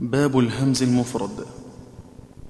باب الهمز المفرد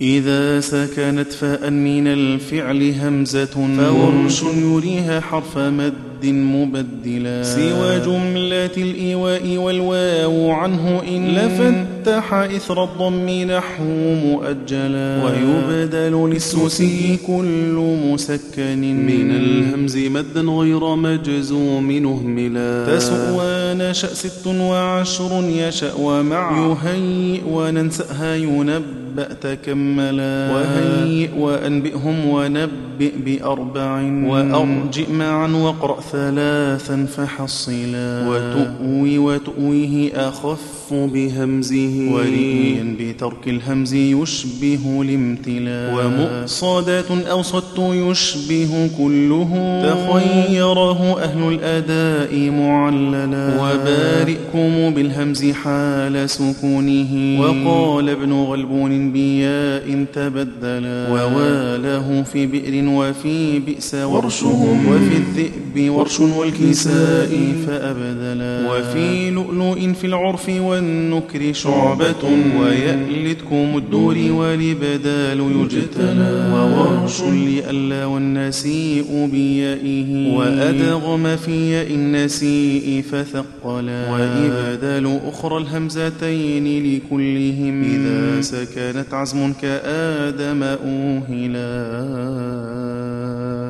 إذا سكنت فأن من الفعل همزة فورش يريها حرف مد مبدلا سوى جملة الإيواء والواو عنه إن لفتح إثر الضم نحو مؤجلا ويبدل للسوسي كل مسكن من الهمز مدا غير مجزوم مهملا تسؤ ونشأ ست وعشر يشأ ومع يهيئ وننسأها ينبأ نبأ تكملا وهيئ وأنبئهم ونبئ بأربع وأرجئ معا واقرأ ثلاثا فحصلا وتؤوي وتؤويه أخف بهمزه وليا بترك الهمز يشبه الامتلا ومؤصدة أو صدت يشبه كله تخيره أهل الأداء معللا وبارئكم بالهمز حال سكونه وقال ابن غلبون بياء تبدلا وواله في بئر وفي بئس ورشهم وفي الذئب ورش والكساء فأبدلا وفي لؤلؤ في العرف والنكر شعبة ويألتكم الدور والبدال يجتلى وورش لألا والنسيء بيائه وأدغم في ياء النسيء فثقلا وإبدال أخرى الهمزتين لكلهم إذا سكنت عزم كآدم أوهلا